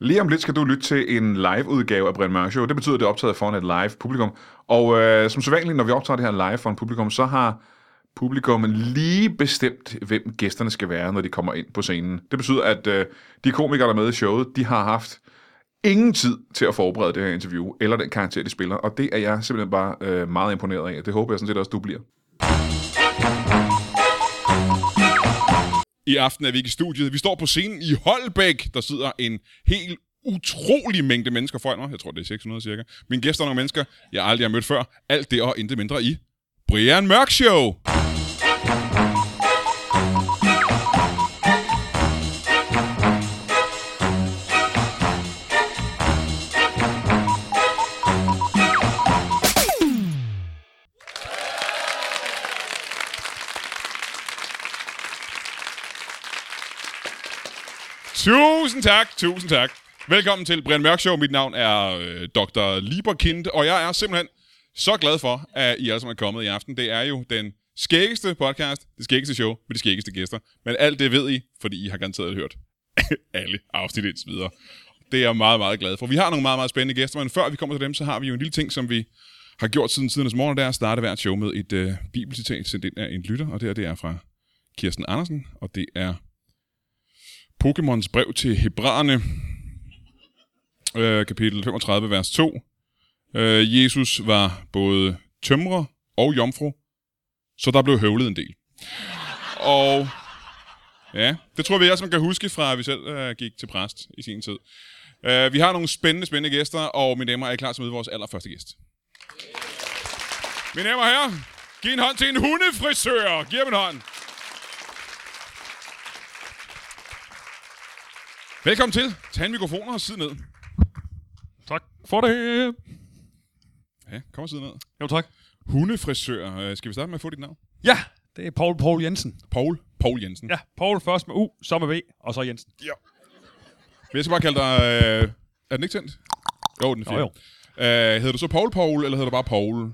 Lige om lidt skal du lytte til en live-udgave af Brian Mørk Show. Det betyder, at det er optaget foran et live publikum. Og øh, som sædvanligt, når vi optager det her live foran publikum, så har publikum lige bestemt, hvem gæsterne skal være, når de kommer ind på scenen. Det betyder, at øh, de komikere, der er med i showet, de har haft ingen tid til at forberede det her interview, eller den karakter, de spiller. Og det er jeg simpelthen bare øh, meget imponeret af. Det håber jeg sådan set også, du bliver. I aften er vi ikke i studiet. Vi står på scenen i Holbæk. Der sidder en helt utrolig mængde mennesker foran mig. Jeg tror, det er 600 cirka. Mine gæster er nogle mennesker, jeg aldrig har mødt før. Alt det og intet mindre i Brian Mørk Show. Tusind tak, tusind tak. Velkommen til Brian Mørk Show. Mit navn er øh, Dr. Lieberkind, og jeg er simpelthen så glad for, at I alle sammen er kommet i aften. Det er jo den skæggeste podcast, det skæggeste show med de skæggeste gæster. Men alt det ved I, fordi I har garanteret hørt alle afsnit indtil videre. Det er jeg meget, meget glad for. Vi har nogle meget, meget spændende gæster, men før vi kommer til dem, så har vi jo en lille ting, som vi har gjort siden tidernes morgen, og det er at starte hvert show med et øh, bibelcitat sendt ind af en lytter, og det her det er fra Kirsten Andersen, og det er Pokémons brev til Hebræerne, øh, kapitel 35, vers 2. Øh, Jesus var både tømrer og jomfru, så der blev høvlet en del. Og ja, det tror vi, jeg som kan huske fra, at vi selv øh, gik til præst i sin tid. Øh, vi har nogle spændende, spændende gæster, og mine damer, er I klar til at møde vores allerførste gæst? Mine damer og herrer, giv en hånd til en hundefrisør. Giv ham en hånd. Velkommen til. Tag en mikrofon og sid ned. Tak for det. Ja, kom og sid ned. Jo, tak. Hundefrisør. Øh, Skal vi starte med at få dit navn? Ja, det er Paul Paul Jensen. Paul. Paul Jensen. Ja, Paul først med U, så med V, og så Jensen. Men Jeg skal bare kalde dig... Øh, er den ikke tændt? Jo, den er Jo, jo. fint. Øh, hedder du så Paul Paul, eller hedder du bare Paul?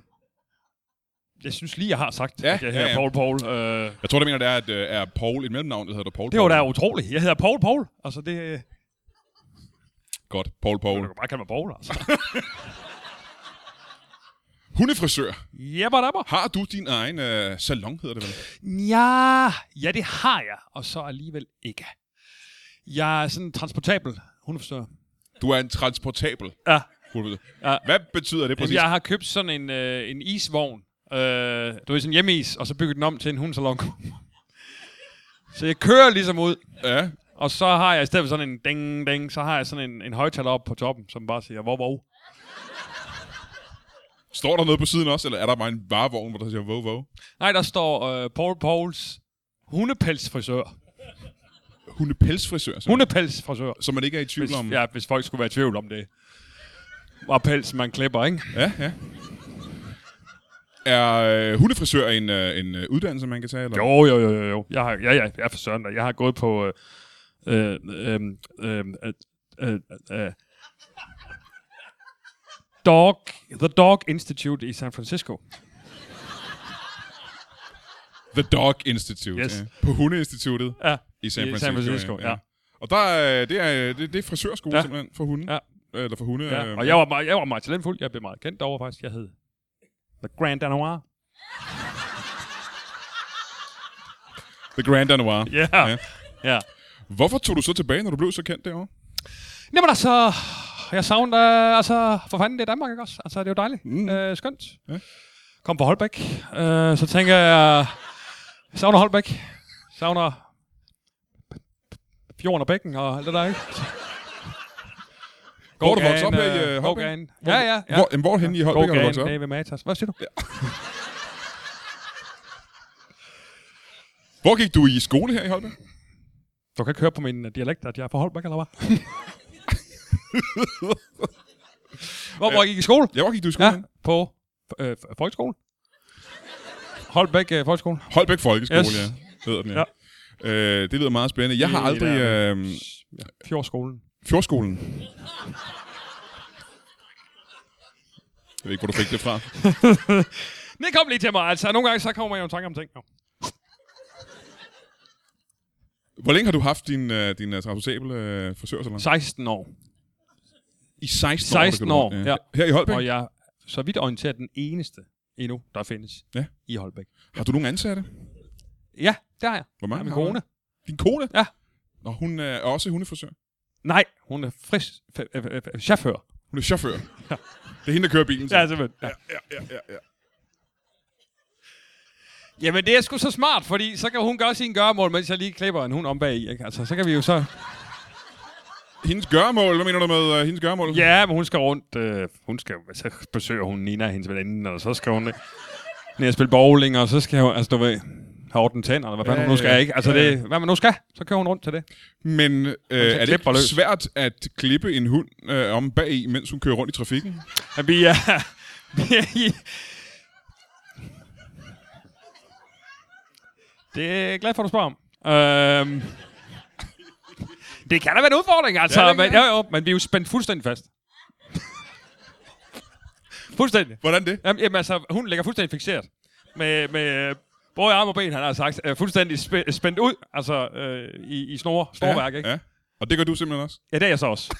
Jeg synes lige, jeg har sagt, Ja, at jeg ja, hedder ja. Paul Paul. Øh, Jeg tror, det mener, det er, at øh, er Paul et mellemnavn, eller hedder du Paul det var da Paul? utroligt. Jeg hedder Paul Paul. Altså, det... øh, Godt. Paul Du Paul. kan bare kalde mig Paul, altså. Hundefrisør. Jabba dabba. Har du din egen øh, salon, hedder det vel? Ja, ja, det har jeg, og så alligevel ikke. Jeg er sådan transportabel hundefrisør. Du er en transportabel Ja, hundefrisør. Ja. Hvad betyder det præcis? jeg har købt sådan en, øh, en isvogn. Øh, du ved, sådan en hjemmeis, og så bygget den om til en hundesalon. så jeg kører ligesom ud. Ja. Og så har jeg i stedet for sådan en ding, ding, så har jeg sådan en, en højtaler op på toppen, som bare siger, hvor, hvor. Står der noget på siden også, eller er der bare en varevogn, hvor der siger vov, vov? Nej, der står øh, Paul Pauls hundepelsfrisør. Hundepelsfrisør, så. Hundepelsfrisør. Så man ikke er i tvivl om... Hvis, ja, hvis folk skulle være i tvivl om det. Var pels, man klipper, ikke? Ja, ja. Er øh, hundefrisør en, øh, en øh, uddannelse, man kan tage? Eller? Jo, jo, jo, jo. jo. Jeg har, ja, ja, jeg er for søren da. Jeg har gået på... Øh, øh, øh, øh, øh, øh, Dog, The Dog Institute i San Francisco. The Dog Institute. Yes. På Hundeinstituttet Ja, i San i Francisco. San Francisco, ja. Og der, er- det, er, det, det er frisørskole ja. Ja. simpelthen for hunde. Ja. Eller for hunde. Ja, øh, og jeg var, meget, jeg var meget talentfuld. Jeg blev meget kendt derovre faktisk. Jeg hed The Grand Danois. The Grand Danois. Ja. Ja. ja. ja. Hvorfor tog du så tilbage, når du blev så kendt derovre? Jamen altså, jeg savner, altså, for fanden, det er Danmark, ikke også? Altså, det er jo dejligt. Mm. Øh, skønt. Ja. Ja. Kom på Holbæk. Øh, så tænker jeg, jeg savner Holbæk. Savner fjorden og bækken og alt det der, ikke? Hvor er du vokset op her i, øh, Holbæk? Gågaden. Ja, ja, ja. Hvor, jamen, hvorhen i Holbæk har du vokset Gågaden, op? nede ved Matas. Hvad siger du? Hvor gik du i skole her i Holbæk? Du kan ikke høre på min øh, dialekt, at jeg er fra Holbæk, eller hvad? hvor, hvor I gik i skole? Ja, hvor gik du i skole? Ja, Ja. på øh, f- folkeskole. Holbæk øh, Folkeskole. Holbæk Folkeskole, yes. Yes. ja. Hedder den, ja. ja. Øh, det lyder meget spændende. Jeg har Det aldrig... er- Øh, Fjordskolen. Fjordskolen. Jeg ved ikke, hvor du fik det fra. Det kom lige til mig. Altså, nogle gange så kommer man jo i tanke om ting. Jo. Hvor længe har du haft din, øh, din uh, transportable uh, frisørsalon? 16 år. I 16 år. 16 år, det kan du- ja. Her i Holbæk. Og jeg er så vidt orienteret den eneste endnu, der findes Ja. i Holbæk. Har du nogen ansatte? Ja, der er jeg. Hvor Jeg er mange? min har du? kone. Din kone? Ja. Og hun øh, er også hundefrisør. Nej, hun er frisk f- f- f- chauffør. Hun er chauffør. Det er hende, der kører bilen. så. Ja, altså- simpelthen. Ja. ja, ja, ja, ja. Jamen, det er sgu så smart, fordi så kan hun gøre sin gøremål, mens jeg lige klipper en hund om bag i. Ikke? Altså, så kan vi jo så... Hendes gøremål, hvad mener du med øh, hendes gøremål? Ja, men hun skal rundt. Øh, hun skal, så besøger hun Nina, hendes veninde, og så skal hun øh, ned og spille bowling, og så skal hun, altså du ved, have orden tænderne, hvad fanden Ja, hun nu skal, ja. ikke? Altså, Ja, ja. det, hvad man nu skal, så kører hun rundt til det. Men øh, er det klipper ikke løs. svært at klippe en hund øh, om bag i, mens hun kører rundt i trafikken? Ja, vi er... Vi er i... Det er jeg glad for, at du spørger om. Øhm... Det kan da være en udfordring, altså. Ja, Ja, det kan men, jo, jo, men vi er jo spændt fuldstændig fast. fuldstændig. Hvordan det? Jamen, jamen altså, hun ligger fuldstændig fixeret. Med, med øh, både arm og ben, han har sagt. Øh, fuldstændig spæ- spændt ud, altså øh, i, i snor, snorværk, ikke? Ja. Og det gør du simpelthen også. Ja, det er jeg så også.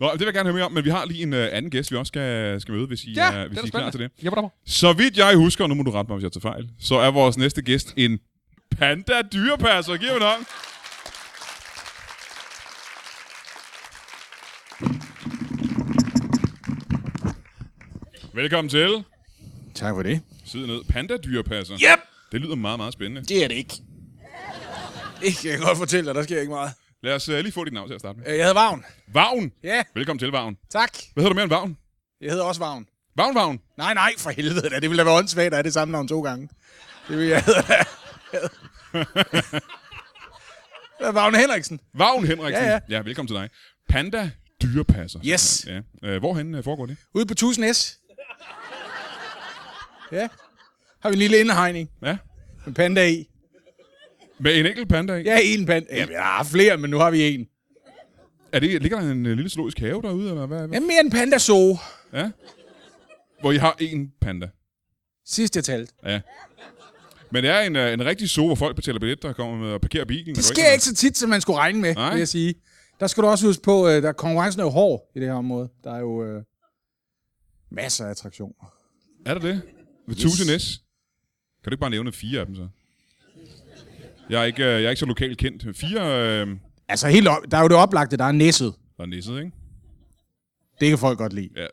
Nå, det vil jeg gerne høre mere om, men vi har lige en øh, anden gæst, vi også skal, skal møde, hvis I, Ja, er, Øh, hvis I er klar til det. Ja, hvordan? Så vidt jeg husker, og nu må du rette mig, hvis jeg tager fejl, så er vores næste gæst en panda dyrepasser. Giv ham en hånd. Velkommen til. Tak for det. Sid ned. Panda dyrepasser. Yep! Det lyder meget, meget spændende. Det er det ikke. Det kan jeg godt fortælle dig, der sker ikke meget. Lad os øh, lige få dit navn til at starte med. Øh, Jeg hedder Vagn. Vagn. Ja, Velkommen til, Vagn. tak. Hvad hedder du mere end Vagn? Jeg hedder også Vagn. Vagn, Vagn. Nej, nej, for helvede da. Det ville da være åndssvagt, at have det samme navn to gange. Det vil jeg hedder da. Jeg hedder Vagn Henriksen. Vagn Henriksen. Ja, ja. ja velkommen til dig. Panda dyrepasser. Yes. Ja. Øh, hvorhen øh, foregår det? Ude på 1000 S. Ja. Har vi en lille indhegning Ja. med panda i. Med en enkelt panda i? Ja, en panda. Ja, jeg har haft flere, men nu har vi en. Er det, ligger der en øh, lille zoologisk have derude, eller hvad? hvad? Ja, mere en panda zoo. Ja. Hvor I har én panda. Sidst jeg talte. Men det er en, øh, en rigtig zoo, hvor folk betaler billetter og kommer med og parkerer bilen. Det sker ikke så tit, som man skulle regne med, Nej. Nej. vil jeg sige. Der skal du også huske på, at der konkurrencen er jo hård i det her område. Der er jo øh, masser af attraktioner. Er der det? Ved 1000 S? Kan du ikke bare nævne fire af dem så? Jeg er ikke, øh, jeg er ikke så lokalt kendt. Fire, øh, Altså helt op, der er jo det oplagte, der er næsset. der er nisset, ikke? Det kan folk godt lide. Ja.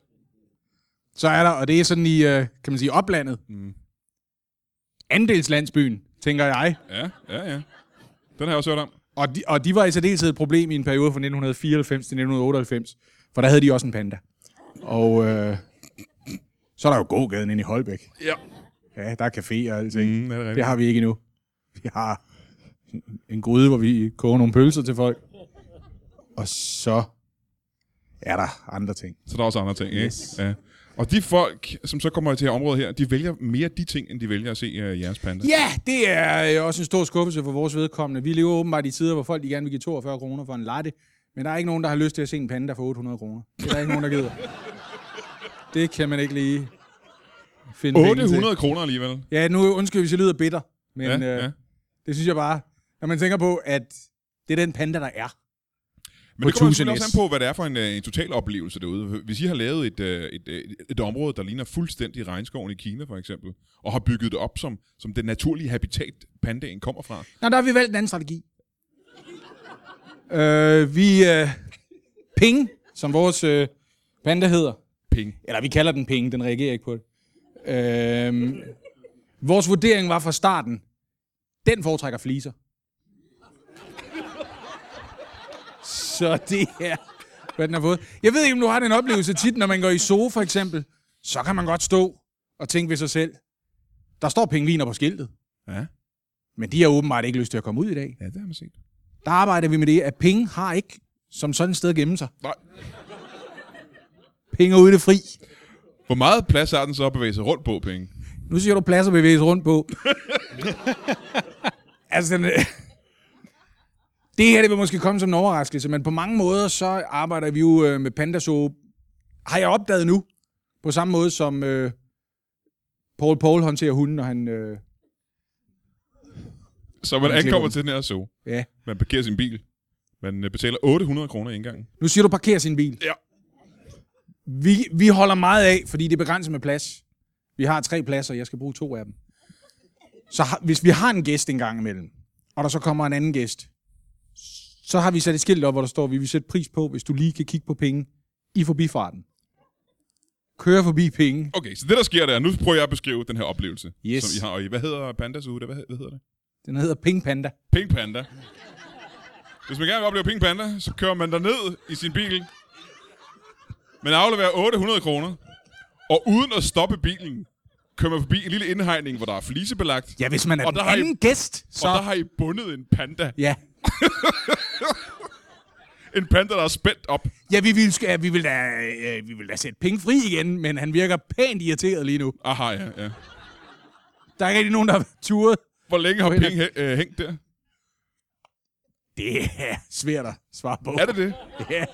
Så er der, og det er sådan i, øh, kan man sige, oplandet. Mm. Andelslandsbyen, tænker jeg. Ja, ja, ja. Den har jeg også hørt om. Og de, og de var i særdeleshed et problem i en periode fra 1994 til 1998, for der havde de også en panda. Og øh, så er der jo gågaden inde i Holbæk. Ja. Ja, der er café og alting. Mm, er det rigtigt? Det har vi ikke endnu. Vi har en gryde, hvor vi koger nogle pølser til folk. Og så er der andre ting. Så der er også andre ting, ikke? Yes. Ja. Og de folk, som så kommer til området her, de vælger mere de ting, end de vælger at se uh, jeres panda. Ja, det er øh, også en stor skuffelse for vores vedkommende. Vi lever åbenbart i tider, hvor folk de gerne vil give 42 kroner for en latte. Men der er ikke nogen, der har lyst til at se en panda for 800 kroner. Det er der ikke nogen, der gider. Det kan man ikke lige finde penge til. 800 kroner alligevel. Ja, nu undskyld, hvis jeg lyder bitter. Men ja, øh, ja. det synes jeg bare, når man tænker på, at det er den panda, der er. Men på det kommer jo 1000 selvfølgelig også S. an på, hvad det er for en, øh, en total oplevelse derude. Hvis I har lavet et, øh, et, øh, et område, der ligner fuldstændig regnskoven i Kina, for eksempel, og har bygget det op som, som det naturlige habitat, pandaen kommer fra. Nå, der har vi valgt en anden strategi. Øh, vi... Øh, ping, som vores øh, panda hedder. Penge. Eller vi kalder den ping, den reagerer ikke på det. Øh, vores vurdering var fra starten, den foretrækker fliser. Så det er, hvad den har fået. Jeg ved ikke, om du har den oplevelse tit, når man går i zoo for eksempel. Så kan man godt stå og tænke ved sig selv. Der står pingviner på skiltet, Ja, men de har åbenbart ikke lyst til at komme ud i dag ja det har man set. der arbejder vi med det, at penge har ikke som sådan et sted at gemme sig. Nej. Penge er ude i det fri. Hvor meget plads har den så at bevæge sig rundt på, penge? Nu siger du plads at bevæge sig rundt på. altså, den, det her det vil måske komme som en overraskelse, men på mange måder så arbejder vi jo øh, med pandasåb. Har jeg opdaget nu, på samme måde som øh, Paul Paul håndterer hunden, når han... Øh, Så man Man klipper ankommer den. til den her zoo. ja. Man parkerer sin bil. Man øh, betaler 800 kroner i indgangen. Nu siger du, parker sin bil. Ja. Vi, vi holder meget af, fordi det er begrænset med plads. Vi har tre pladser, jeg skal bruge to af dem. Så har, hvis vi har en gæst en gang imellem, og der så kommer en anden gæst, så har vi sat et skilt op, hvor der står, vi vil sætte pris på, hvis du lige kan kigge på penge i forbifarten. Køre forbi penge. Okay, så det der sker der, nu prøver jeg at beskrive den her oplevelse, Yes. som I har. Og I, hvad hedder pandas ude der? Hvad, hvad hedder det? Den hedder Ping Panda. Pink Panda. Hvis man gerne vil opleve Pink Panda, så kører man ned i sin bil. Man afleverer 800 kroner. Og uden at stoppe bilen, kører man forbi en lille indhegning, hvor der er flisebelagt. Ja, hvis man er Og den der har I- anden I... gæst, så... Og der har I bundet en panda. Ja. En panda, der er spændt op. Ja, vi vil, ja, vi vil, da, ja, vi vil da sætte penge fri igen, men han virker pænt irriteret lige nu. Aha, ja, ja. Der er ikke rigtig nogen, der har turet. Hvor længe har Okay, Pink hæ- øh, hængt der? Det er svært at svare på. Er det det? Ja.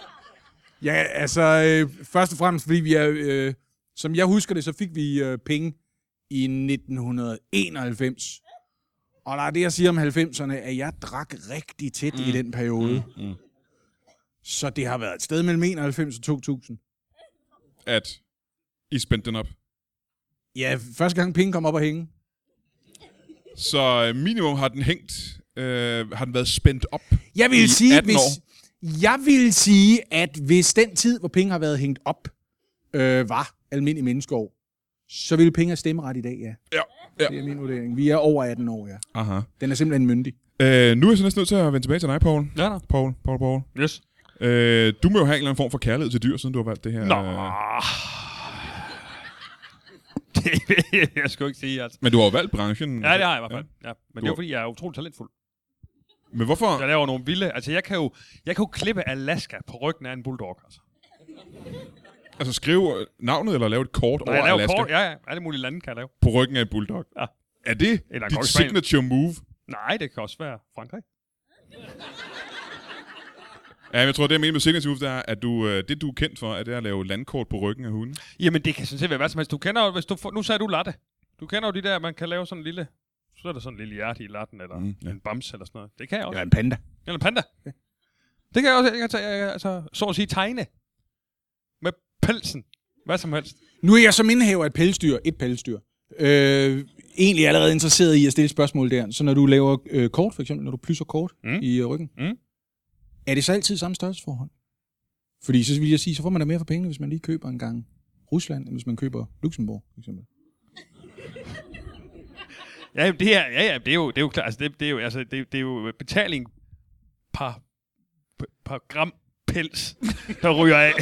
ja, altså, øh, først og fremmest, fordi vi er... Øh, som jeg husker det, så fik vi øh, penge i 1991. Og der er det, jeg siger om 90'erne, at jeg drak rigtig tæt mm. i den periode. Mm. Mm. Så det har været et sted mellem 91 og 2000. At I spændte den op. Ja, første gang penge kom op og hænge. Så øh, minimum har den hængt, øh, har den været spændt op. Jeg vil i sige, 18 hvis, år. jeg vil sige, at hvis den tid, hvor penge har været hængt op, øh, var almindelig menneskeår, så ville penge have stemmeret i dag, ja. Ja, ja. Det er min vurdering. Vi er over 18 år, ja. Aha. Den er simpelthen myndig. Øh, nu er jeg så næsten nødt til at vende tilbage til dig, Paul. Ja, da. Paul, Paul, Paul. Yes. Øh, du må jo have en eller anden form for kærlighed til dyr, siden du har valgt det her. Nå. Øh, Det vil jeg sgu ikke sige, altså. men du har jo valgt branchen. Ja, det har jeg i hvert fald. Ja. Men det er Du- jo, fordi, jeg er utrolig talentfuld. Ja. Men hvorfor? Jeg laver nogle vilde... Altså, jeg kan jo, jeg kan jo klippe Alaska på ryggen af en bulldog, altså. Altså skrive øh, navnet eller lave et kort Og over jeg laver Alaska kort, ja, ja, alle mulige lande kan jeg lave. på ryggen af en bulldog. Ja. Er det Eller en dit kongspanel. signature move? Nej, det kan også være Frankrig. Ja, jeg tror, det jeg mener med signature move, det er, at du, øh, det du er kendt for, er det at lave landkort på ryggen af hunden. Jamen, det kan sådan set være hvad som helst. Du kender jo, hvis du får, nu sagde du latte. Du kender jo de der, man kan lave sådan en lille... Så er der sådan en lille hjerte i latten, eller mm, ja. ja. en bamse, eller sådan noget. Det kan jeg også. Eller en panda. Eller en panda. Det kan jeg også, jeg kan tage, jeg, kan altså, så at sige, tegne. Med pelsen. Hvad som helst. Nu er jeg som indhæver et pelsdyr, et pelsdyr. Øh, egentlig allerede interesseret i at stille spørgsmål der. Så når du laver øh, kort, for eksempel, når du plysser kort mm. Mm. i øh, ryggen, Mm. er det så altid samme størrelsesforhold? Fordi så vil jeg sige, så får man da mere for pengene, hvis man lige køber en gang Rusland, end hvis man køber Luxembourg, for eksempel. Ja, jamen, det er, ja, ja, det er jo, det er jo klart, altså, det, det er jo, altså, det, det er jo betaling par, par gram pels, der ryger af.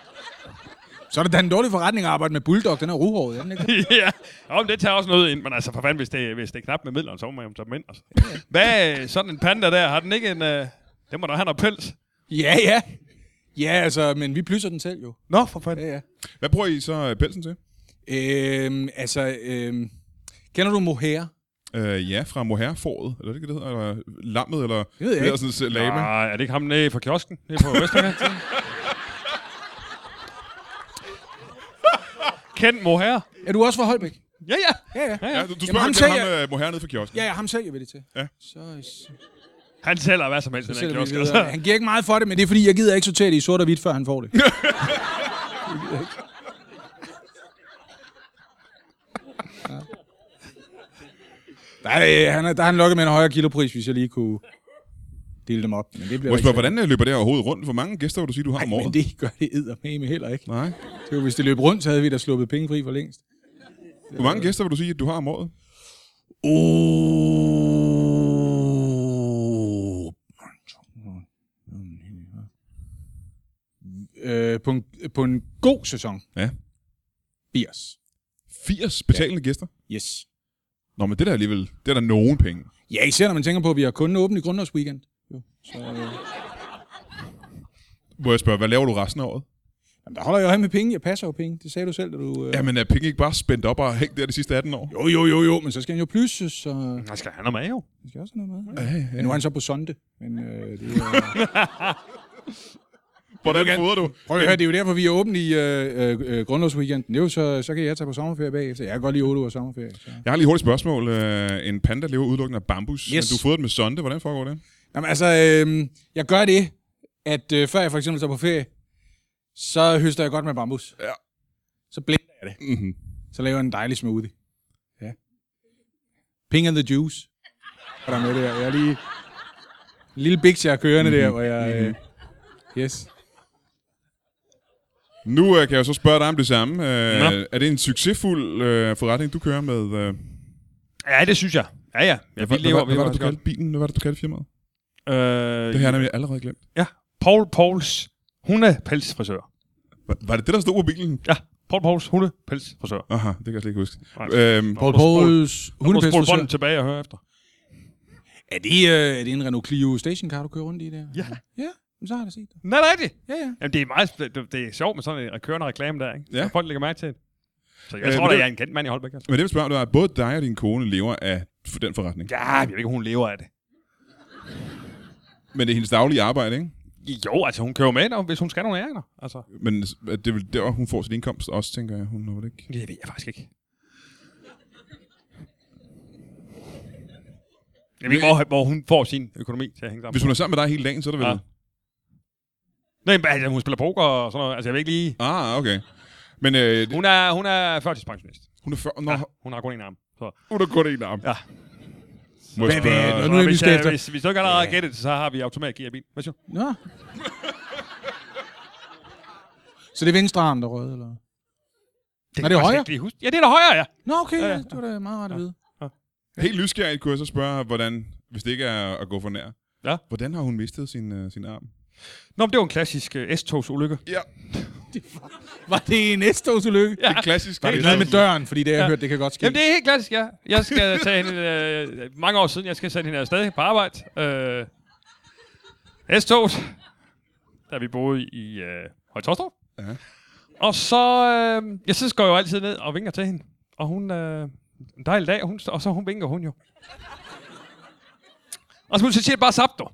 Så er det da en dårlig forretning at arbejde med bulldog, den er ruhåret, er den ikke? ja, om det tager også noget ind, men altså, for fanden, hvis det, hvis det er knap med midlerne, så må man jo tage dem ind. Altså. Hvad, øh, sådan en panda der, har den ikke en, øh, den må da have noget pels? Ja, ja. Ja, altså, men vi plysser den selv jo. Nå, for fanden. Ja, ja. Hvad bruger I så øh, pelsen til? Øhm, altså, øhm, kender du mohair? Øh, ja, fra mohairfåret, eller det ikke, det hedder, eller lammet, eller ved jeg det ikke. sådan et lame. Nej, Ah, er det ikke ham nede fra kiosken? Nede på Vestringen? Kendt Mohair. Er du også fra Holbæk? Ja, ja. Ja, ja. Ja, du, du Jamen, spørger, ham Jamen, ham, sagde ham øh, mohair nede fra kiosken. Ja, ja, ham sælger vi det til. Ja. Så, så Han sælger hvad som helst i den sælger kiosk. vi det Altså. videre. Han giver ikke meget for det, men det er fordi, jeg gider ikke sortere det i sort og hvidt, før han får det. Der er, øh, han er, der er han lukket med en højere kilopris, hvis jeg lige kunne dele dem op. Men det Må bliver jeg spørge, hvordan øh, løber det her overhovedet rundt? Hvor mange gæster vil du sige, du har om Nej, men året? det gør det eddermame heller ikke. Nej. Det var, hvis det løb rundt, så havde vi da sluppet penge fri for længst. Hvor mange gæster vil du sige, at du har om året? Oh. Øh, på, en, på en god sæson. Ja. 80. 80 betalende ja. gæster? Yes. Nå, men det er da alligevel, det er da nogen penge. Ja, især når man tænker på, at vi har kun åbent i grundlovsweekend. Jo. Så, øh, jamen, Må jeg spørge, hvad laver du resten af året? der holder jeg øje med penge. Jeg passer jo penge. Det sagde du selv, da du... Øh... Jamen, er penge ikke bare spændt op og hængt der de sidste 18 år? Jo, jo, jo, jo, men så skal han jo plyses, så øh, Han skal have noget med, jo. han skal også have noget med. Ja. Ja, ja, Men ja. nu er han så på sonde. Men øh, det er... Hvordan fodrer du? Prøv at høre, det er jo derfor, vi er åbne i øh, øh, øh, grundlovsweekenden. Det er jo så, så kan jeg tage på sommerferie bagefter. Jeg kan godt lide 8 uger sommerferie. Så. Jeg har lige et hurtigt spørgsmål. Øh, En panda lever udelukkende af bambus, yes. Yes. men du fodrer den med sonde. Hvordan foregår det? Jamen altså, øh, jeg gør det, at øh, før jeg for eksempel tager på ferie, så høster jeg godt med bambus. Ja. Så blender jeg det. Mm-hmm. Så laver jeg en dejlig smoothie. Ja. Pink and the juice. Hvad er der med det her? Jeg er lige... En lille bix, jeg er kørende mm-hmm. der, hvor jeg... Øh, Mm-hmm. yes. Nu øh, kan jeg så spørge dig om det samme. Øh, Nå. er det en succesfuld øh, forretning, du kører med? Øh, Ja, det synes jeg. Ja, ja. Jeg hvad, vi lever, hvad, hvad, var vi lever det, du også godt. kaldte bilen? Hvad var det, du kaldte firmaet? Øh, Det har jeg nemlig allerede glemt. Ja, Paul Pauls hundepelsfrisør. Var, var det det, der stod på bilen? Ja, Paul Pauls hundepelsfrisør. Aha, det kan jeg slet ikke huske. Nej. Øhm, Paul Lad os spole- Pauls Nu spole bånden hundepæstfrisør. tilbage og høre efter. Er det, øh, er det en Renault Clio stationcar, du kører rundt i der? Ja. Ja, men så har jeg da set det. Nej, det er rigtigt. Ja, ja. Jamen, det er meget sp- det, det er sjovt med sådan en kørende reklame der, ikke? Ja. Ja. Så folk lægger mærke til det. Så jeg Øh, øh, tror men da, det- jeg er en kendt mand i Holbæk. Altså. men det, jeg vil spørge, om, det var, at både dig og din kone lever af f- den forretning. Ja, jeg ved ikke, om hun lever af det. Men det er hendes daglige arbejde, ikke? Jo, altså hun kører jo med, når, hvis hun skal nogle æringer. Altså, Men s- at det er vel der, hun får sin indkomst også, tænker jeg. Hun har vel ikke... det ved jeg faktisk ikke. Jeg ved ikke, hvor, hvor hun får sin økonomi til at hænge sammen. Hvis hun er sammen med dig hele dagen, så er det vel... Ja. Nej, men altså, hun spiller poker og sådan noget. Altså, jeg ved ikke lige... Ah, okay. Men øh, det- Hun er, hun er førtidspensionist. hun er før... Nå, Ja, hun har kun en arm. Så. hun er kun en arm. Ja. Må jeg Hvad- spørge- hvad- Så nu er jeg hvis, nysgerrig øh, efter- hvis, hvis du ikke allerede har gættet det, så har vi automatgear i bilen. Hvad siger du? Nå. Så det er venstre arm, der er rød, eller? Det Er kan jeg det faktisk højre? ikke lige huske. Ja, det er der højre, ja. Nå, okay, Ja, ja, ja. ja. det var da meget rart at vide. Helt nysgerrigt kunne jeg så spørge, hvordan, hvis det ikke er at gå for nær, Ja. hvordan har hun mistet sin, øh, sin arm? Nå, men det var en klassisk uh, S-togs ulykke. Ja, Var det en S-togsulykke? Ja. det er klassisk. Var det noget med døren? Fordi det, jeg ja. hørte, det kan godt ske. Jamen, det er helt klassisk, ja. Jeg skal tage hende... Øh, mange år siden, jeg skal sende hende afsted på arbejde. Øh, S-toget. Da vi boede i øh, Højtostrup. Ja. Og så... Øh, jeg synes, går jeg jo altid ned og vinker til hende. Og hun... Øh, en dejlig dag, og, hun, står- og så hun vinker hun jo. Og så, så siger det bare sap, du.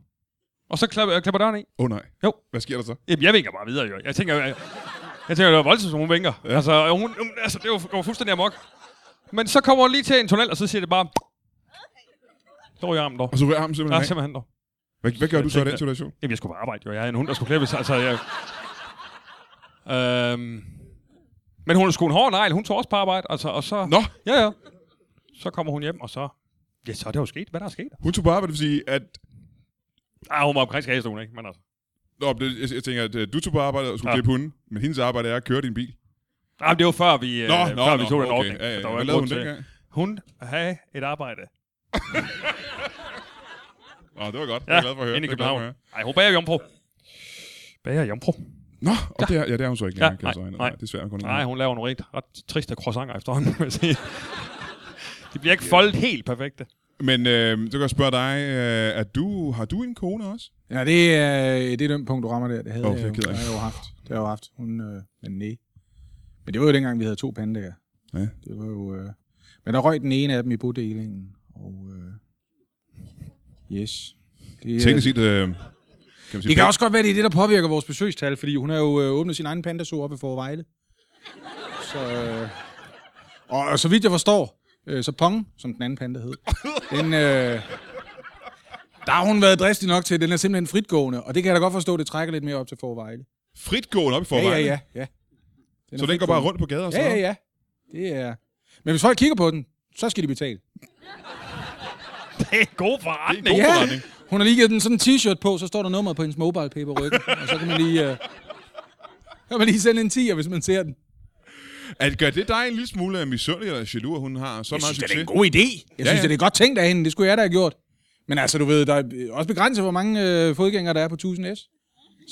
Og så klapper, klapper døren i. Åh oh, nej. Jo. Hvad sker der så? Jamen, jeg vinker bare videre, jo. Jeg tænker, jeg, jeg tænker, det var voldsomt, som hun vinker. Ja. Altså, hun, hun, altså, det var, går fuldstændig amok. Men så kommer hun lige til en tunnel, og så siger det bare... Der ryger armen, dog. Og så rører armen Ja, simpelthen af. simpelthen, dog. Hvad, hvad gør du så i tænker- den situation? Jamen, jeg skulle på arbejde, jo. Jeg havde en hund, der skulle klippes. Altså, jeg... øhm... Men hun er sgu en hård negl. Hun tog også på arbejde, altså, og så... Nå, Ja, ja. Så kommer hun hjem, og så... Ja, så er det jo sket. Hvad der er sket? hun tog på arbejde, det vil sige, at... Ah, hun var omkring skadestuen, ikke? Men altså... Nå, det, jeg, jeg tænker, at øh, du tog på arbejde og skulle Ja. klippe hunden, men hendes arbejde er at køre din bil. Ah, men det var før vi, Nå, øh, nå, før vi nå, tog den okay. ordning. Ja, ja, Der var hvad en lavede hun grund til- dengang? Hun havde et arbejde. Nå, det var godt. Ja, jeg er glad for at høre. Inde i Det er jeg glad København. for at høre. Ej, hun bager jomfru. Bager jomfru? Nå, og det er, ja, det er hun så ikke Ja, længere, kan jeg nej, så regne ud. nej. Det er svært at kunne Nej, hun laver nogle rent ret triste croissanter efterhånden, vil jeg sige. De bliver ikke foldet helt perfekte. Men øh, så kan jeg spørge dig, øh, er du, har du en kone også? Ja, det er, det er den punkt, du rammer der. Det havde Åh, oh, jeg, det er jo, jeg ked af. det har jeg jo haft. Det har jeg jo haft. Hun, øh, men nej. Men det var jo dengang, vi havde to pandager. Ja. Det var jo... Øh, men der røg den ene af dem i bodelingen. Og... Øh, yes. Det, øh, Teknisk set, øh, kan man sige, det kan også godt være, det er det, der påvirker vores besøgstal, fordi hun har jo øh, åbnet sin egen pandaså oppe for Vejle. Så, øh, og, og så vidt jeg forstår, øh, så Pong, som den anden panda hed, den, øh, der har hun været dristig nok til, at den er simpelthen fritgående, og det kan jeg da godt forstå, det trækker lidt mere op til Forvejle. fritgående op i Ja, forvejen. ja, ja. ja. er Så den går fritgående. bare rundt på gader og Ja, sådan ja, ja. Det er... Men hvis folk kigger på den, så skal de betale. Det er en god forretning. Det er en ja. forretning. Hun har lige givet den sådan en t-shirt på, så står der nummeret på hendes mobile pay på ryggen, og så kan man lige... Øh, kan man lige sende en 10'er, hvis man ser den. At gør det dig en lille smule øh, misundelig eller jaloux, at hun har så meget succes? god idé. Jeg synes, ja. ja. det er godt tænkt af hende. Det skulle jeg da have gjort. Men altså, du ved, der er øh, også begrænset, hvor mange øh, fodgængere der er på 1000 S.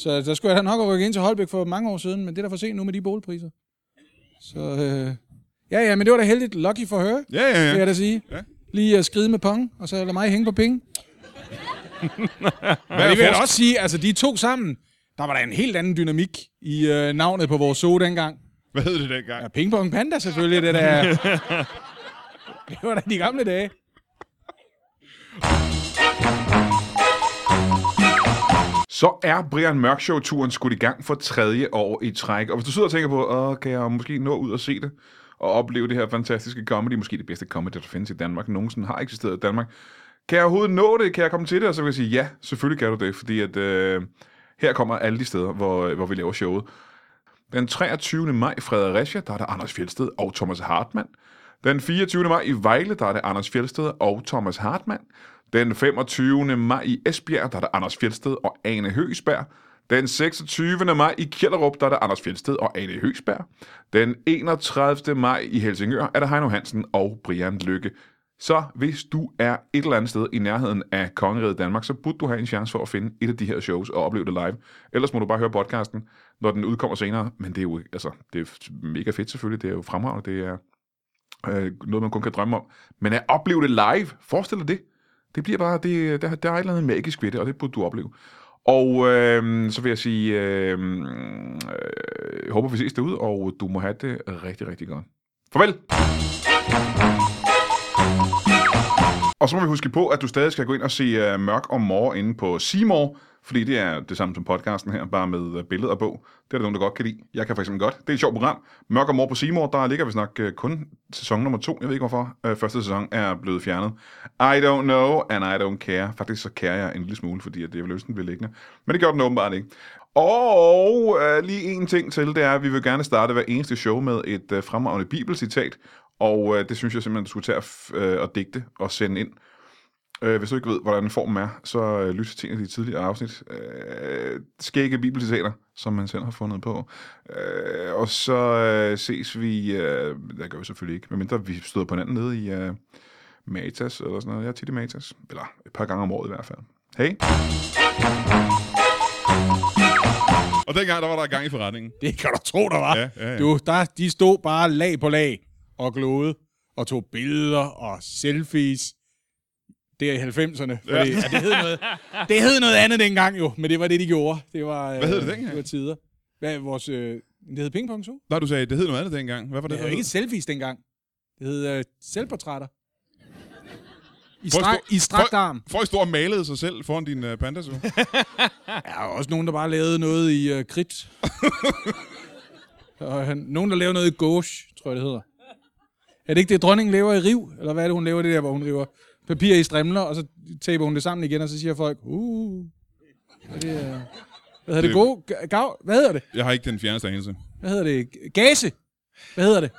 Så der skulle jeg da nok have rykket ind til Holbæk for mange år siden, men det er da for sent nu med de boligpriser. Så øh, ja, ja, men det var da heldigt. Lucky for her, Ja, ja, vil ja. jeg da sige. Ja. Lige at skride med pong, og så lade mig hænge på penge. Hvad Men er det vil jeg da forskel- også sige, altså de to sammen, der var der en helt anden dynamik i øh, navnet på vores zoo dengang. Hvad hed det dengang? Ja, Ping Pong Panda selvfølgelig, det der. det var da de gamle dage. Så er Brian Mørk Show turen skudt i gang for tredje år i træk. Og hvis du sidder og tænker på, Åh, kan jeg måske nå ud og se det, og opleve det her fantastiske comedy, måske det bedste comedy, der findes i Danmark, nogensinde har eksisteret i Danmark, kan jeg overhovedet nå det? Kan jeg komme til det? Og så vil jeg sige, ja, selvfølgelig kan du det, fordi at, øh, her kommer alle de steder, hvor, øh, hvor vi laver showet. Den 23. maj i Fredericia, der er der Anders Fjelsted og Thomas Hartmann. Den 24. maj i Vejle, der er det Anders Fjelsted og Thomas Hartmann. Den 25. maj i Esbjerg, der er det Anders Fjelsted og Ane Høgsberg. Den 26. maj i Kjellerup, der er det Anders Fjelsted og Ane Høgsberg. Den 31. maj i Helsingør er det Heino Hansen og Brian Lykke. Så hvis du er et eller andet sted i nærheden af Kongeriget Danmark, så burde du have en chance for at finde et af de her shows og opleve det live. Ellers må du bare høre podcasten, når den udkommer senere. Men det er jo altså, det er mega fedt selvfølgelig. Det er jo fremragende. Det er øh, noget, man kun kan drømme om. Men at opleve det live, forestil dig det. Det bliver bare, det, der, der er et eller andet magisk ved det, og det burde du opleve. Og øh, så vil jeg sige, øh, øh, jeg håber vi ses derude, og du må have det rigtig, rigtig godt. Farvel! Og så må vi huske på, at du stadig skal gå ind og se uh, Mørk og Mor inde på Seymour, fordi det er det samme som podcasten her, bare med uh, billeder og bog. Det er der nogen, der godt kan lide. Jeg kan for eksempel godt. Det er et sjovt program. Mørk og Mor på Seymour, der ligger vi nok uh, kun sæson nummer to. Jeg ved ikke hvorfor. Uh, første sæson er blevet fjernet. I don't know, and I don't care. Faktisk så kærer jeg en lille smule, fordi at det er vel den bliver liggende. Men det gjorde den åbenbart ikke. Og øh, lige en ting til, det er, at vi vil gerne starte hver eneste show med et øh, fremragende bibelcitat, og øh, det synes jeg simpelthen, du skulle tage at, f- øh, at digte og sende ind. Øh, hvis du ikke ved, hvordan formen er, så øh, lyt til en af de tidligere afsnit. Øh, skægge bibelcitater, som man selv har fundet på. Øh, og så øh, ses vi, øh, det gør vi selvfølgelig ikke, medmindre vi støder på hinanden nede i øh, Matas eller sådan noget. Jeg er tit i Matas, eller et par gange om året i hvert fald. Hej! Og dengang, der var der gang i forretningen. Det kan du tro, der var. Ja, ja, ja. Du, der, de stod bare lag på lag og glode og tog billeder og selfies. Det er i 90'erne. Fordi, ja. Ja, det, hed noget, det hed noget andet dengang jo, men det var det, de gjorde. Det var, Hvad hed det øh, dengang? Det var tider. Hvad, vores, øh, det hed pingpong så? Nej, du sagde, det hed noget andet dengang. Hvad var det? Det var der ikke hed? selfies dengang. Det hed øh, selvportrætter. I, Folk stra- stod- I strakt folk- arm. Folk stod og malede sig selv foran din uh, panda, så. Der er også nogen, der bare lavede noget i øh, kridt. og han, nogen, der laver noget i gauche, tror jeg, det hedder. Er det ikke det, dronningen laver i riv? Eller hvad er det, hun laver det der, hvor hun river papir i strimler, og så taber hun det sammen igen, og så siger folk, uh, Og det, er- hvad hedder det, Det- gode, ga- gav, hvad hedder det? Jeg har ikke den fjerneste anelse. Hvad hedder det? Gase? Hvad hedder det?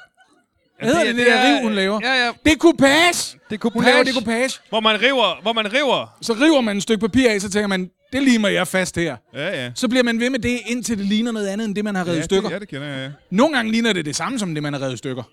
Hvad hedder det, det, det der er- riv, hun laver? Ja, ja. Det kunne passe! Det kunne Hun laver passe. det kunne passe. Hvor man river, hvor man river. Så river man et stykke papir af, så tænker man, det limer jeg fast her. Ja, ja. Så bliver man ved med det, indtil det ligner noget andet, end det, man har revet Ja, i stykker. Det, ja, det kender jeg, ja. Nogle gange ligner det det samme, som det, man har revet i stykker.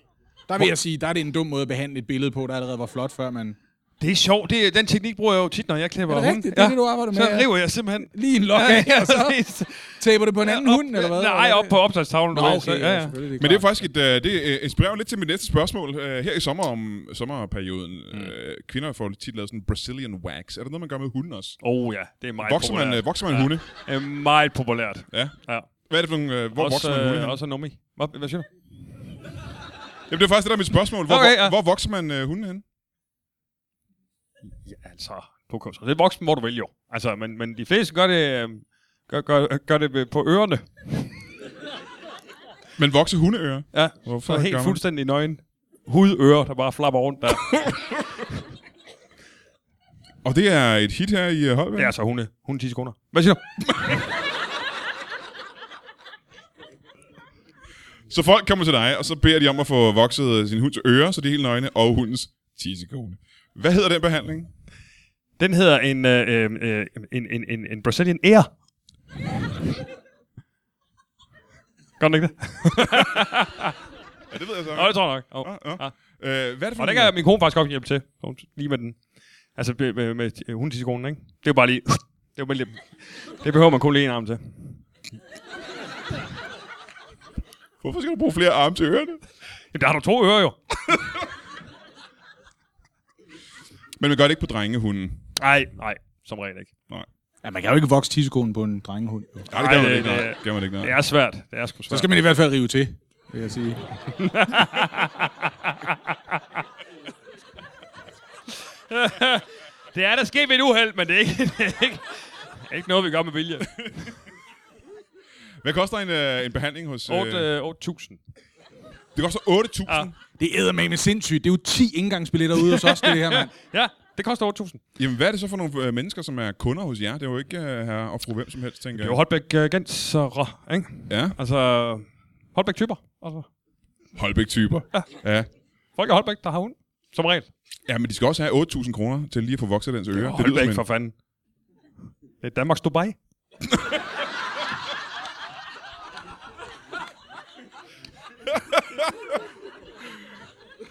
Der vil jeg sige, der er det en dum måde at behandle et billede på, der allerede var flot, før man... Det er sjovt. Det, er- den teknik bruger jeg jo tit, når jeg klipper Er det hunden. rigtigt? Det er det, du arbejder med, Så ja. river jeg simpelthen. Lige en lok af, og så taber det på en anden Op- hund, eller hvad? Nej, Eller op hvad? på opslagstavlen. du Nå, ved, så- okay, ja, ja, ja. selvfølgelig. Men det er klart. faktisk et, øh, det øh, inspirerer jo lidt til mit næste spørgsmål. Øh, Her i sommer om, sommerperioden, øh, kvinder får tit lavet sådan en Brazilian wax. Er det noget, man gør med hunden også? Oh ja, det er meget Vokser man, populært. øh, vokser man hunde? Det er meget populært. Ja. Ja. Hvad er det for nogle, øh, hvor Også, vokser man hunde? øh, hen? også nummi. Hvad, hvad siger du? Jamen, det er faktisk det, der er mit spørgsmål. Hvor, Okay, hvor, ja. hvor vokser man øh, hunden hen? Ja, altså, du kan, så det er voksen, hvor du vil jo. Altså, men, men de fleste gør det, øh, gør, gør, gør det ved- på ørerne. Men vokser hundeører? Ja, Hvorfor Hvorfor så gør helt man- fuldstændig nøgen. Hudører, der bare flapper rundt der. Og det er et hit her i øh, Holberg? Det er altså hunde. Hunde 10 sekunder. Hvad siger du? Så folk kommer til dig, og så beder de om at få vokset øh, sin hunds ører, så de er helt nøgne, og hundens tissekone. Hvad hedder den behandling? Den hedder en, øh, øh, øh, en, en, en, en Brazilian Air. Gør den ikke det? Ja, det ved jeg så. Nå, det tror jeg nok. Oh. Ja, ja. Øh, hvad er det for Og en- den kan min kone faktisk godt hjælpe til. Hun- Lige med den. Altså med, med, med hundetiskonen, ikke? Det er jo bare lige... Det, er jo bare lige, det behøver man kun lige en arm til. Hvorfor skal du bruge flere arme til ørerne? Jamen, der har du to ører jo. Men man gør det ikke på drengehunden. Nej, nej, som regel ikke. Ja, man kan jo ikke vokse tissekonen på en drengehund. jo. Nej, det gør Ej, man det- ikke. Nej. det- Gør man ikke Det nej. er svært. Det er sgu svært. Så skal man i hvert fald rive til, vil jeg sige. Det er der sket ved et uheld, men det er ikke, det er ikke, det er ikke noget, vi gør med vilje. Hvad koster en, øh, en behandling hos... Øh, 8, øh, 8.000. det koster 8.000. Ja. Det æder med med sindssygt. Det er jo 10 indgangsbilletter ude hos os, det her, mand. Ja, Det koster 8.000. Jamen, hvad er det så for nogle øh, mennesker, som er kunder hos jer? Det er jo ikke øh, herre og fru hvem som helst, tænker Det er jo jeg. Holbæk uh, Genser, ikke? Ja, Altså, Holbæk-typer. Altså, Holbæk-typer. Ja. ja. folk i Holbæk, der har hund. Som regel. Ja, men de skal også have 8.000 kroner til lige at få vokset dens øre. lyder som Holbæk en- for fanden. Det er Danmarks Dubai.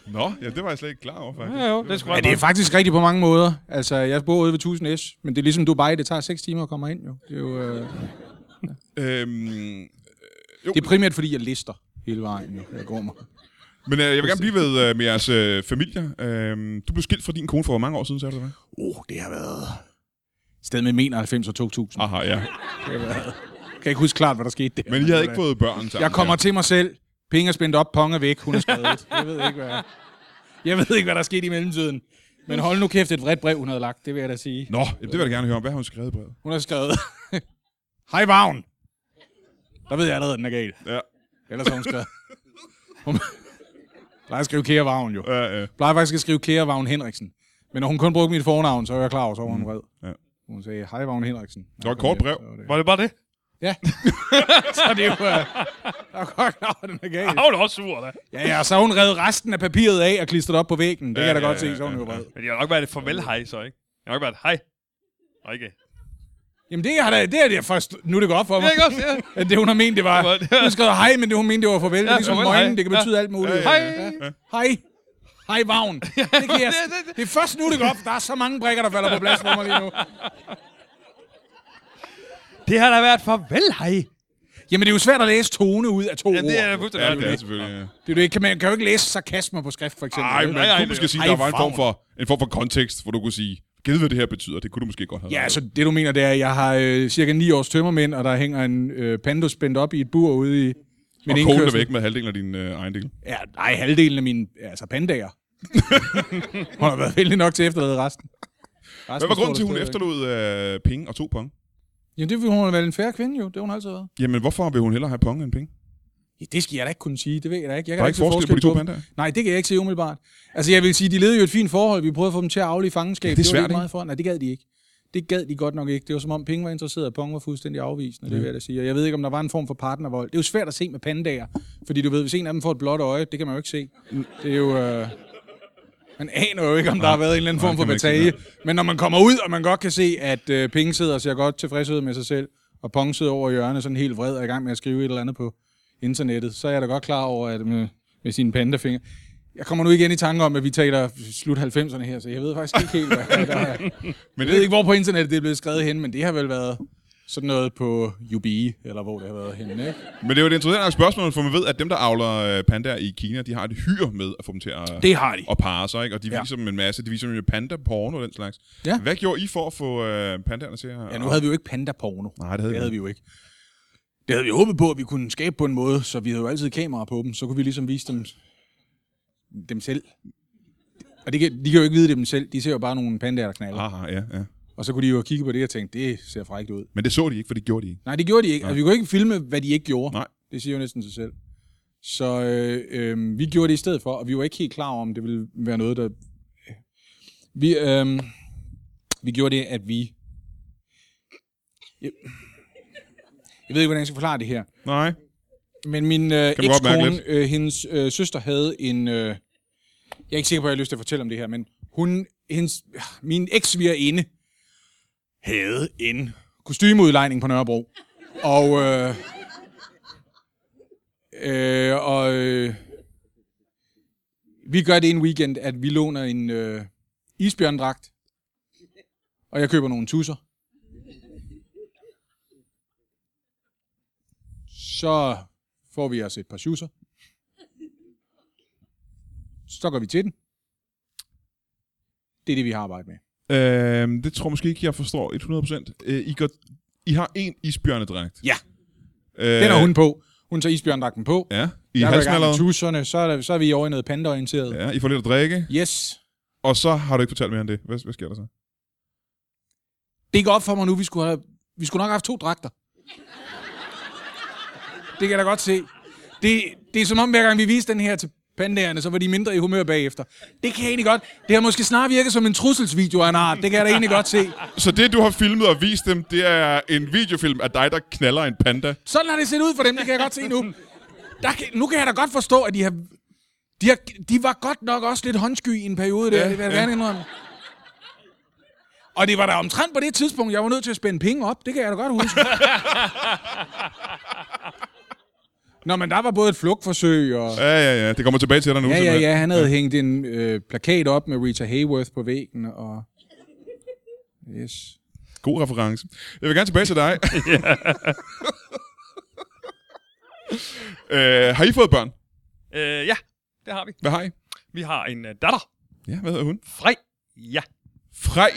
Nå, ja, det var jeg slet ikke klar over, faktisk. Ja, jo, det er sgu Ja, ret det er meget. faktisk rigtigt på mange måder. Altså, jeg bor ude ved 1000 S, men det er ligesom Dubai, det tager 6 timer at komme ind jo. Det er jo øh, Øhm, det er primært, fordi jeg lister hele vejen, jo. jeg går mig. men øh, jeg vil gerne blive ved øh, med jeres øh, familier. Øhm, du blev skilt fra din kone for hvor mange år siden, sagde du det? var? Oh, det har været et sted med 91 og 2000. Aha, ja. Jeg kan ikke huske klart, hvad der skete der. Men I havde ikke fået børn sammen. Jeg kommer ja. til mig selv. Penge er spændt op, pong er væk, hun er skadet. Jeg ved ikke, hvad, jeg ved ikke, hvad der er sket i mellemtiden. Men hold nu kæft, et vredt brev, hun havde lagt, det vil jeg da sige. Nå, jamen, det vil jeg da gerne høre om. Hvad har hun skrevet i brevet? Hun har skrevet, Hej Vagn! Der ved jeg allerede, den er galt. Ja. Ellers har hun skrevet. Hun plejer at skrive Kære Vagn, jo. Ja, ja. plejer faktisk at skrive Kære Vagn Henriksen. Men når hun kun brugte mit fornavn, så var jeg klar over, så var hun vred. Mm. Ja. Hun sagde, hej Vagn Henriksen. Det var et kort brev. Var det bare det? Ja. så det er jo... Øh, der er godt klar, over, den er galt. Ah, hun er også sur, da. Ja, ja, så har hun revet resten af papiret af og klistret op på væggen. Det kan jeg da ja, godt ja, se, så er hun jo vred. Men det har nok været et farvel hej, så, ikke? Det har nok været et hej. Og ikke... Jamen det har da, det er det først, nu er det går op for mig. Ja, ikke også? Ja. At det hun har ment, det var, Det var- hun skrev hej, men det hun mente, det var farvel. Ja, ligesom farvel, farvel, hej. det kan betyde alt muligt. Ja, Hej! Ja. Hej. Hej, Vagn. Det, kan jeg, det er først nu, det går op. Der er så mange brikker, der falder på plads for mig lige nu. Det har da været et farvel hej. Jamen, det er jo svært at læse tone ud af to Ja, det er ord. da fuldstændig Ja, ret det er i. selvfølgelig. øh. Ja. Det er jo ikke, kan man kan jo ikke læse sarkasmer på skrift, for eksempel. Ej, vel? man nej, kunne det- måske sige, Ej, der var en form, favn. for, en form for kontekst, hvor du kunne sige, givet hvad det her betyder, det kunne du måske godt have Ja, lavet. altså det du mener, det er, at jeg har øh, cirka 9 års tømmermænd, og der hænger en øh, pando spændt op i et bur ude i min Og konen er indkørsel. væk med halvdelen af din øh, egen del. Ja, nej, halvdelen af mine altså pandager. hun har været heldig nok til at efterlade resten. resten Hvad var grunden til, at hun står der stadigvæk. efterlod øh, penge og to penge? Jamen det er, fordi hun har været en færre kvinde jo. Det har hun altid været. Jamen, hvorfor vil hun hellere have penge end penge? Ja, det skal jeg da ikke kunne sige. Det ved jeg da ikke. Jeg Der kan er da ikke se forskel på de to dem. pandaer? Nej, det kan jeg ikke se umiddelbart. Altså jeg vil sige, de levede jo et fint forhold. Vi prøvede at få dem til at aflige fangenskab. det er var de svært, ikke ikke? meget for. Nej, det gad de ikke. Det gad de godt nok ikke. Det var som om penge var interesseret, og Pong var fuldstændig afvisende, det vil jeg da sige. Og jeg ved ikke, om der var en form for partnervold. Det er jo svært at se med pandager, fordi du ved, hvis en af dem får et blåt øje, det kan man jo ikke se. Det er jo... Øh... Man aner jo ikke, om der har været en eller anden form for det kan man batalje. ikke Men når man kommer ud, og man godt kan se, at øh, penge sidder og ser godt tilfreds ud med sig selv, og Pong sidder over i hjørnet sådan helt vred og i gang med at skrive et eller andet på internettet, så er jeg da godt klar over, at med, med sine pandafinger... Jeg kommer nu igen i tanke om, at vi taler slut 90'erne her, så jeg ved faktisk ikke helt, hvad der er. Men jeg ved ikke, hvor på internettet det er blevet skrevet hen, men det har vel været sådan noget på Yubi, eller hvor det har været henne, ikke? Men det er jo et interessant spørgsmål, for man ved, at dem, der avler øh, pandaer i Kina, de har et hyr med at få dem til at, Det har de. at parre sig, ikke? Og de viser dem en masse. De viser dem jo panda-porno og den slags. Ja. Hvad gjorde I for at få øh, pandaerne til at... Ja, nu havde vi jo ikke panda-porno. Nej, det havde vi det havde vi jo ikke. Det havde vi håbet på, at vi kunne skabe på en måde, så vi havde jo altid kamera på dem, så kunne vi ligesom vise dem, dem selv. Og de kan, de kan jo ikke vide det dem selv, de ser jo bare nogle pandaer, der knaller. Aha, Ah, ja, ja. Og så kunne de jo kigge på det og tænke, det ser frækt ud. Men det så de ikke, for det gjorde de ikke. Nej, det gjorde de ikke. Altså, vi kunne ikke filme, hvad de ikke gjorde. Nej. Det siger jo næsten sig selv. Så øh, øh, vi gjorde det i stedet for, og vi var ikke helt klar over, om det ville være noget, der... øh, Vi, øh, vi gjorde det, at vi... Jeg, jeg ved ikke, hvordan jeg skal forklare det her. Nej. Men min øh, man godt mærke ekskone, øh, hendes øh, søster havde en... Øh, jeg er ikke sikker på, at jeg har lyst til at fortælle om det her, men hun, hendes, øh, min eksvigerinde havde en kostymeudlejning på Nørrebro. Og... Øh, øh, og øh, vi gør det en weekend, at vi låner en øh, isbjørndragt, og jeg køber nogle tusser. Så får vi os et par schusser. Så går vi til den. Det er det, vi har arbejdet med. Øh, det tror jeg måske ikke, jeg forstår 100%. Øh, I, går, I har en isbjørnedragt. Ja. Øh, Den har hun på. Hun tager isbjørndragten på. Ja, i jeg går i halsen gang med allerede. tusserne, så er, der, så er vi over i noget pandaorienteret. Ja. Ja, I får lidt at drikke, Yes. og så har du ikke fortalt mere end det. Hvad, hvad sker der så? Det går op for mig nu, vi skulle, have, vi skulle nok have haft to dragter. Det kan jeg da godt se. Det, det er som om, hver gang vi viste den her til pandagerne, så var de mindre i humør bagefter. Det kan jeg egentlig godt. Det har måske snart virket som en trusselsvideo af en art. Det kan jeg da egentlig godt se. Så det, du har filmet og vist dem, det er en videofilm af dig, der knaller en panda. Sådan har det set ud for dem, det kan jeg godt se nu. Der kan, nu kan jeg da godt forstå, at de har, de har... De var godt nok også lidt håndsky i en periode der, ja, det vil jeg ja. gerne indrømme. Og det var da omtrent på det tidspunkt, jeg var nødt til at spænde penge op. Det kan jeg da godt huske. Nå, men der var både et flugtforsøg og... Ja, ja, ja. Det kommer tilbage til dig nu. Ja, ja, simpelthen. ja. Han havde ja. hængt en øh, plakat op med Rita Hayworth på væggen, og... Yes. God reference. Jeg vil gerne tilbage til dig. øh, har I fået børn? Øh, ja, det har vi. Hvad har I? Vi har en øh, datter. Ja, hvad hedder hun? Frej. Ja. Frej.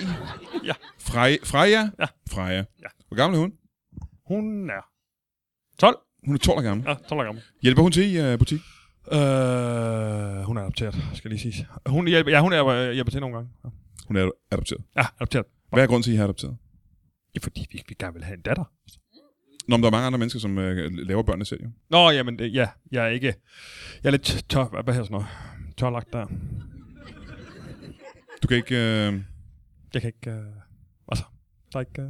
Ja. Frej. Freja? Ja. Freja. Ja. Hvor gammel er hun? Hun er 12. Hun er 12 år gammel. Ja, 12 år gammel. Hjælper hun til i uh, butik? Øh, hun er adopteret, skal lige sige. Hun hjælper, ja, hun er, øh, hjælper til nogle gange. Ja. Hun er adopteret. Ja, adopteret. Hvad er grunden til, at I har adopteret? Ja, fordi vi, vi gerne vil have en datter. Nå, men der er mange andre mennesker, som uh, laver børnene selv. Jo. Nå, jamen, det, ja, jeg er ikke... Jeg er lidt tør... Hvad hvad hedder sådan noget? Tørlagt der. Du kan ikke... Uh, Jeg kan ikke... Øh, altså, der er ikke... Øh,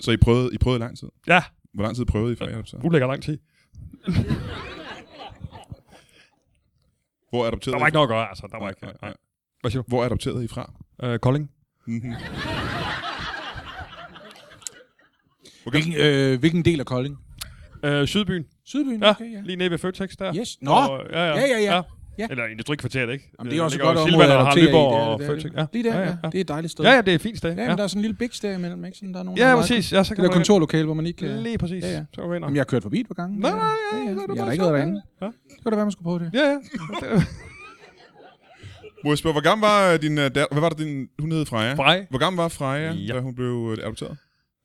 så I prøvede, I prøvede i lang tid. ja, Hvor lang tid prøvede I, før I adopterede? ulækker lang tid. Hvor adopterede Der var I ikke fra? noget at gøre, altså. Der var ikke... Nej, nej, Nej. nej. Hvad siger du? Hvor adopterede I fra? Øh, Kolding? Hvilken, øh, hvilken del af Kolding? Øh, Sydbyen. Sydbyen? Ja, Okay, ja. lige nede ved Føtex der. Yes. Nå. Og, ja, ja, Ja, ja, ja. Ja. Eller industrikvarteret, ikke? Øh, Jamen, det er også et ligger godt jo område at Silvan og har adoptere i. Nyborg Det er- og det er det. Føtex. Ja. Lige der, ja, ja, ja, ja. Det er et dejligt sted. Ja, ja, det er et fint sted. Ja, men der er sådan en lille bækst der imellem, ikke? Sådan, der er nogen, ja der præcis. Ja, så Det kan der man- kontorlokale, hvor man ikke... øh, Lige præcis. Ja, ja. Så går vi ind og... Jamen, jeg har kørt forbi et par gange. Nej, ja, ja, ja, så er det Jeg har bare da ikke sjovt, været derinde. ja. Ja. Det var da, hvad man skulle prøve det. Ja, ja. Må jeg spørge, hvor gammel var øh, din uh, datter? Hvad var det, din, hun hed Freja? Frej. Hvor gammel var Freja, Ja. ja. da hun blev øh, adopteret?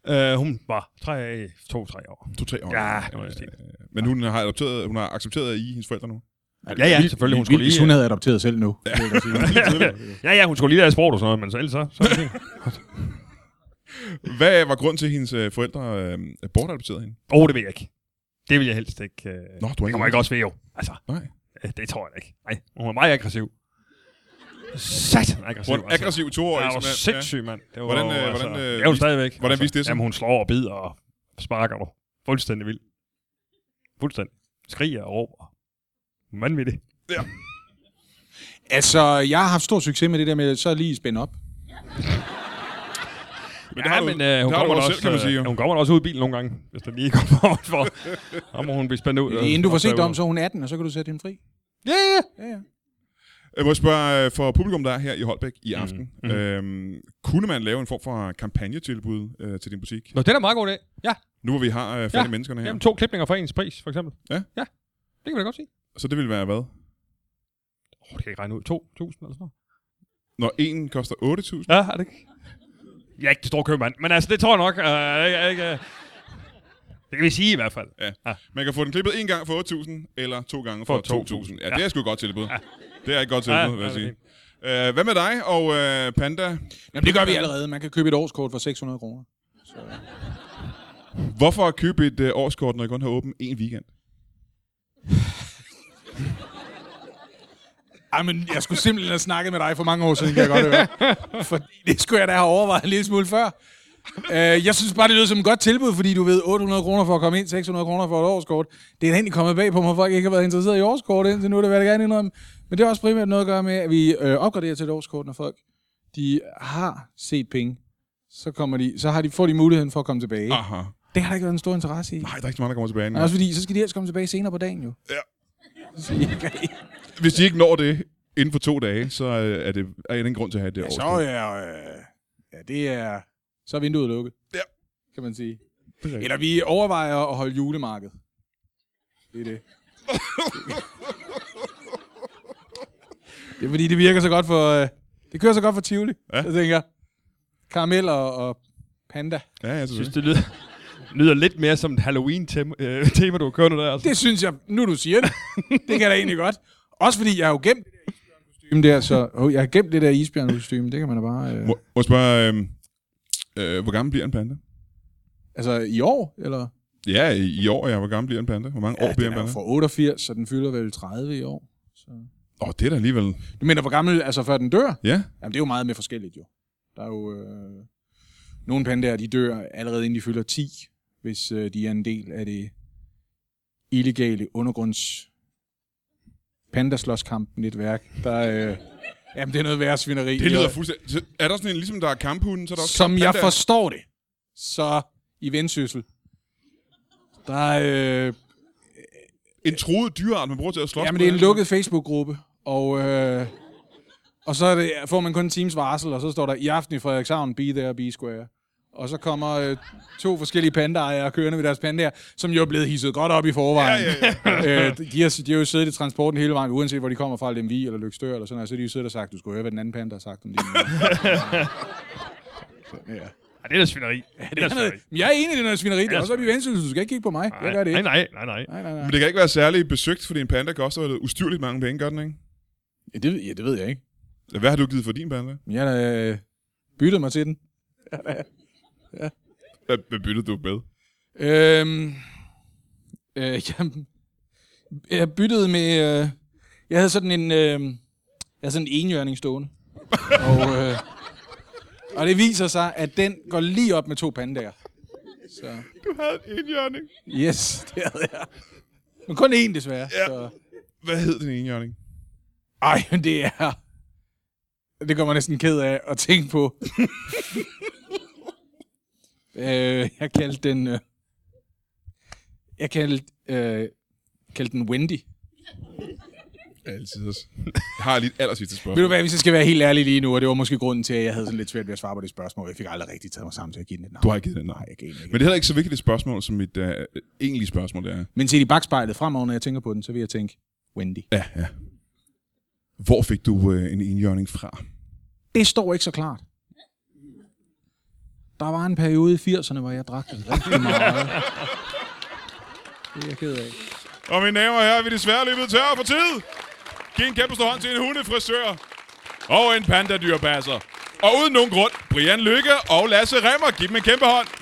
Øh, hun var 3, 2, 3 år. To-tre år. Øh, Ja, det var det. Men hun har adopteret, hun har accepteret at I er hendes forældre nu. Ja, ja, selvfølgelig. Hun skulle Hvis lige... hun havde adopteret selv nu. Ja. Ja, ja, hun skulle lige lære sprog og sådan noget, men så ellers så... så er det fint. Hvad var grunden til, at hendes øh, forældre øh, bortadopterede hende? Åh, oh, det ved jeg ikke. Det vil jeg helst ikke... Øh... Nå, du har det ikke kommer ikke også ved, jo. Altså, Nej. øh, det tror jeg da ikke. Nej, hun var meget aggressiv. Satan aggressiv. Hun er aggressiv to år. Ja, hun var sindssyg, mand. Det var, Hvordan, øh, altså, hvordan, øh, det er hun viste- stadigvæk. altså. hvordan viste det sig? Jamen, hun slår og bider og sparker dig. Fuldstændig vild. Fuldstændig. Skriger og råber. Vanvittig. Altså, jeg har haft stor succes med det der med, så lige spænde op. det har du- øh, hun, det har du kommer også selv, da også, kan man sige, jo. øh, hun kommer da også ud i bilen nogle gange, hvis den lige kommer over for. Og må hun blive spændt ud. øh, Inden du får og set dig om, bagud. så er hun 18, og så kan du sætte hende fri. Ja, ja. Ja, ja. Jeg må spørge øh, for publikum, der er her i Holbæk i aften. Mm. Øhm, kunne man lave en form for kampagnetilbud øh, til din butik? Nå, den er meget god dag. Ja, Nu hvor vi har øh, fat i Ja. menneskerne her. Jamen, to klipninger for ens pris, for eksempel. Ja. Ja, det kan man da godt sige. Så det ville være hvad? Åh, oh, det kan jeg ikke regne ud. 2.000 eller sådan noget. Når en koster 8.000? Ja, er det ikke? Jeg er ikke det store købmand, men altså, det tror jeg nok. Uh, jeg, jeg, ikke, øh. Det kan vi sige i hvert fald. Ja. Man kan få den klippet en gang for 8.000, eller to gange for, For 2.000. Ja, det er sgu et godt tilbud. Ja. Det er et godt tilbud, Ja, ja, vil jeg ja, det sige. er Øh, hvad med dig og øh, Panda? Jamen, det gør vi allerede. Man kan købe et årskort for 600 kroner. Hvorfor købe et øh, årskort, når I kun har åbent en weekend? Ej, men jeg skulle simpelthen have snakket med dig for mange år siden, kan jeg godt høre. For det skulle jeg da have overvejet en lille smule før. Uh, jeg synes bare, det lyder som et godt tilbud, fordi du ved, 800 kroner for at komme ind, 600 kroner for et årskort. Det er da egentlig kommet bag på mig, at folk ikke har været interesseret i årskort indtil nu, det vil jeg da gerne indrømme. Men det har også primært noget at gøre med, at vi øh, opgraderer til et årskort, når folk de har set penge. Så, kommer de, så har de, får de muligheden for at komme tilbage. Ah. Aha. Det har der ikke været en stor interesse i. Nej, der er ikke så mange, der kommer tilbage. Men endnu. også fordi, så skal de helst komme tilbage senere på dagen jo. Ja. Så, I kan- Hvis de ikke når det inden for to dage, så øh, er det er der ingen grund til at have det ja, Så er, øh, ja, det er, så er vinduet lukket. Ja. Kan man sige. rigtigt. Eller vi overvejer at holde julemarked. Det er det. det er fordi, det virker så godt for, øh, det kører så godt for Tivoli. Ja. Jeg tænker, karamel og, og panda. Ja, ja, Jeg synes, selvfølgelig. det lyder, lyder lidt mere som et Halloween-tema, øh, tema, du har kørt nu der. Altså. Det synes jeg, nu du siger det, det kan jeg da egentlig godt. Også fordi, jeg har jo gemt det der isbjørnkostyme der, så oh, jeg har gemt det der isbjørnkostyme, det kan man da bare... Øh, Må, øhm, må jeg spørge, øh, øh, hvor gammel bliver en panda? altså i år, eller? Ja, i, i år, ja. Hvor gammel bliver en panda? Hvor mange ja, år bliver en Den er jo panda? fra 88, så den fylder vel 30 i år. Åh, oh, det er da alligevel... Du mener, hvor gammel, altså før den dør? Ja, Jamen, det er jo meget med forskelligt, jo. Der er jo... Øh, nogle pandaer, de dør allerede inden de fylder 10, hvis øh, de er en del af det illegale undergrunds pandaslåskamp netværk Der, øh, jamen, det er noget værre svineri. det lyder fuldstændig... Så Er der sådan en, ligesom der er kamphunden, så er der også Som jeg pandaer? forstår det, så i vendsyssel, der øh, En truet dyreart, man bruger til at slås Jamen, med. det er en lukket Facebook-gruppe, og, øh, og så er det, får man kun en times varsel, og så står der, i aften i Frederikshavn, be there, be square. Og så kommer øh, to forskellige pandaejere kørende ved deres pandaer, som jo er blevet hisset godt op i forvejen. Ja, øh, de, har, de har jo siddet i transporten hele vejen, uanset hvor de kommer fra, Lemvi eller Lykstør eller sådan noget, så har de jo siddet og sagt, du skulle høre, hvad den anden panda har sagt om din. Ej, det er da svineri. Ja, det er da svineri. Men jeg er enig, det er noget svineri, det er også op i vendsyssel, så du skal ikke kigge på mig. Jeg gør det Nej, ikke. nej, nej, nej. Nej, nej, nej. Men det kan ikke være særlig besøgt, fordi en panda koster jo ustyrligt mange penge, gør den ikke? Ja, det, ved- ja, det ved jeg ikke. Hvad har du givet for din panda? Men jeg har da, øh, byttet mig til den. Hvad, hvad byttede du med? Øhm, øh, jeg, jeg byttede med... Øh, jeg havde sådan en... Øh, jeg havde sådan en enhjørning stående. og, øh, og det viser sig, at den går lige op med to pandaer. Så, Du havde en enhjørning. yes, det havde jeg. Men kun én, desværre. Ja. Så. Hvad hed den enhjørning? Ej, men det er... Det gør mig næsten ked af at tænke på. øh, jeg kaldte den... Øh, jeg kaldte, øh, kaldte den Wendy. Altid. Jeg har lige et aller sidste Ved spørgsmål. du hvad, hvis jeg skal være helt ærlig lige nu, og det var måske grunden til, at jeg havde sådan lidt svært ved at svare på det spørgsmål. Jeg fik aldrig rigtig taget mig sammen til at give den et navn. Du har ikke givet den, nej. Nej, jeg gav den ikke. Men det er heller ikke så vigtigt et spørgsmål, som mit uh, egentlige spørgsmål det er. Men set i bagspejlet fremover, når jeg tænker på den, så vil jeg tænke, Wendy. Ja, ja. Hvor fik du uh, en enhjørning fra? Det står ikke så klart. Der var en periode i 80'erne, hvor jeg drak rigtig meget. Det er jeg ked af. Og mine damer og herrer, vi er desværre løbet tør for tid. Giv en kæmpe stor hånd til en hundefrisør. Og en pandadyrpasser. Og uden nogen grund, Brian Lykke og Lasse Remmer. Giv dem en kæmpe hånd.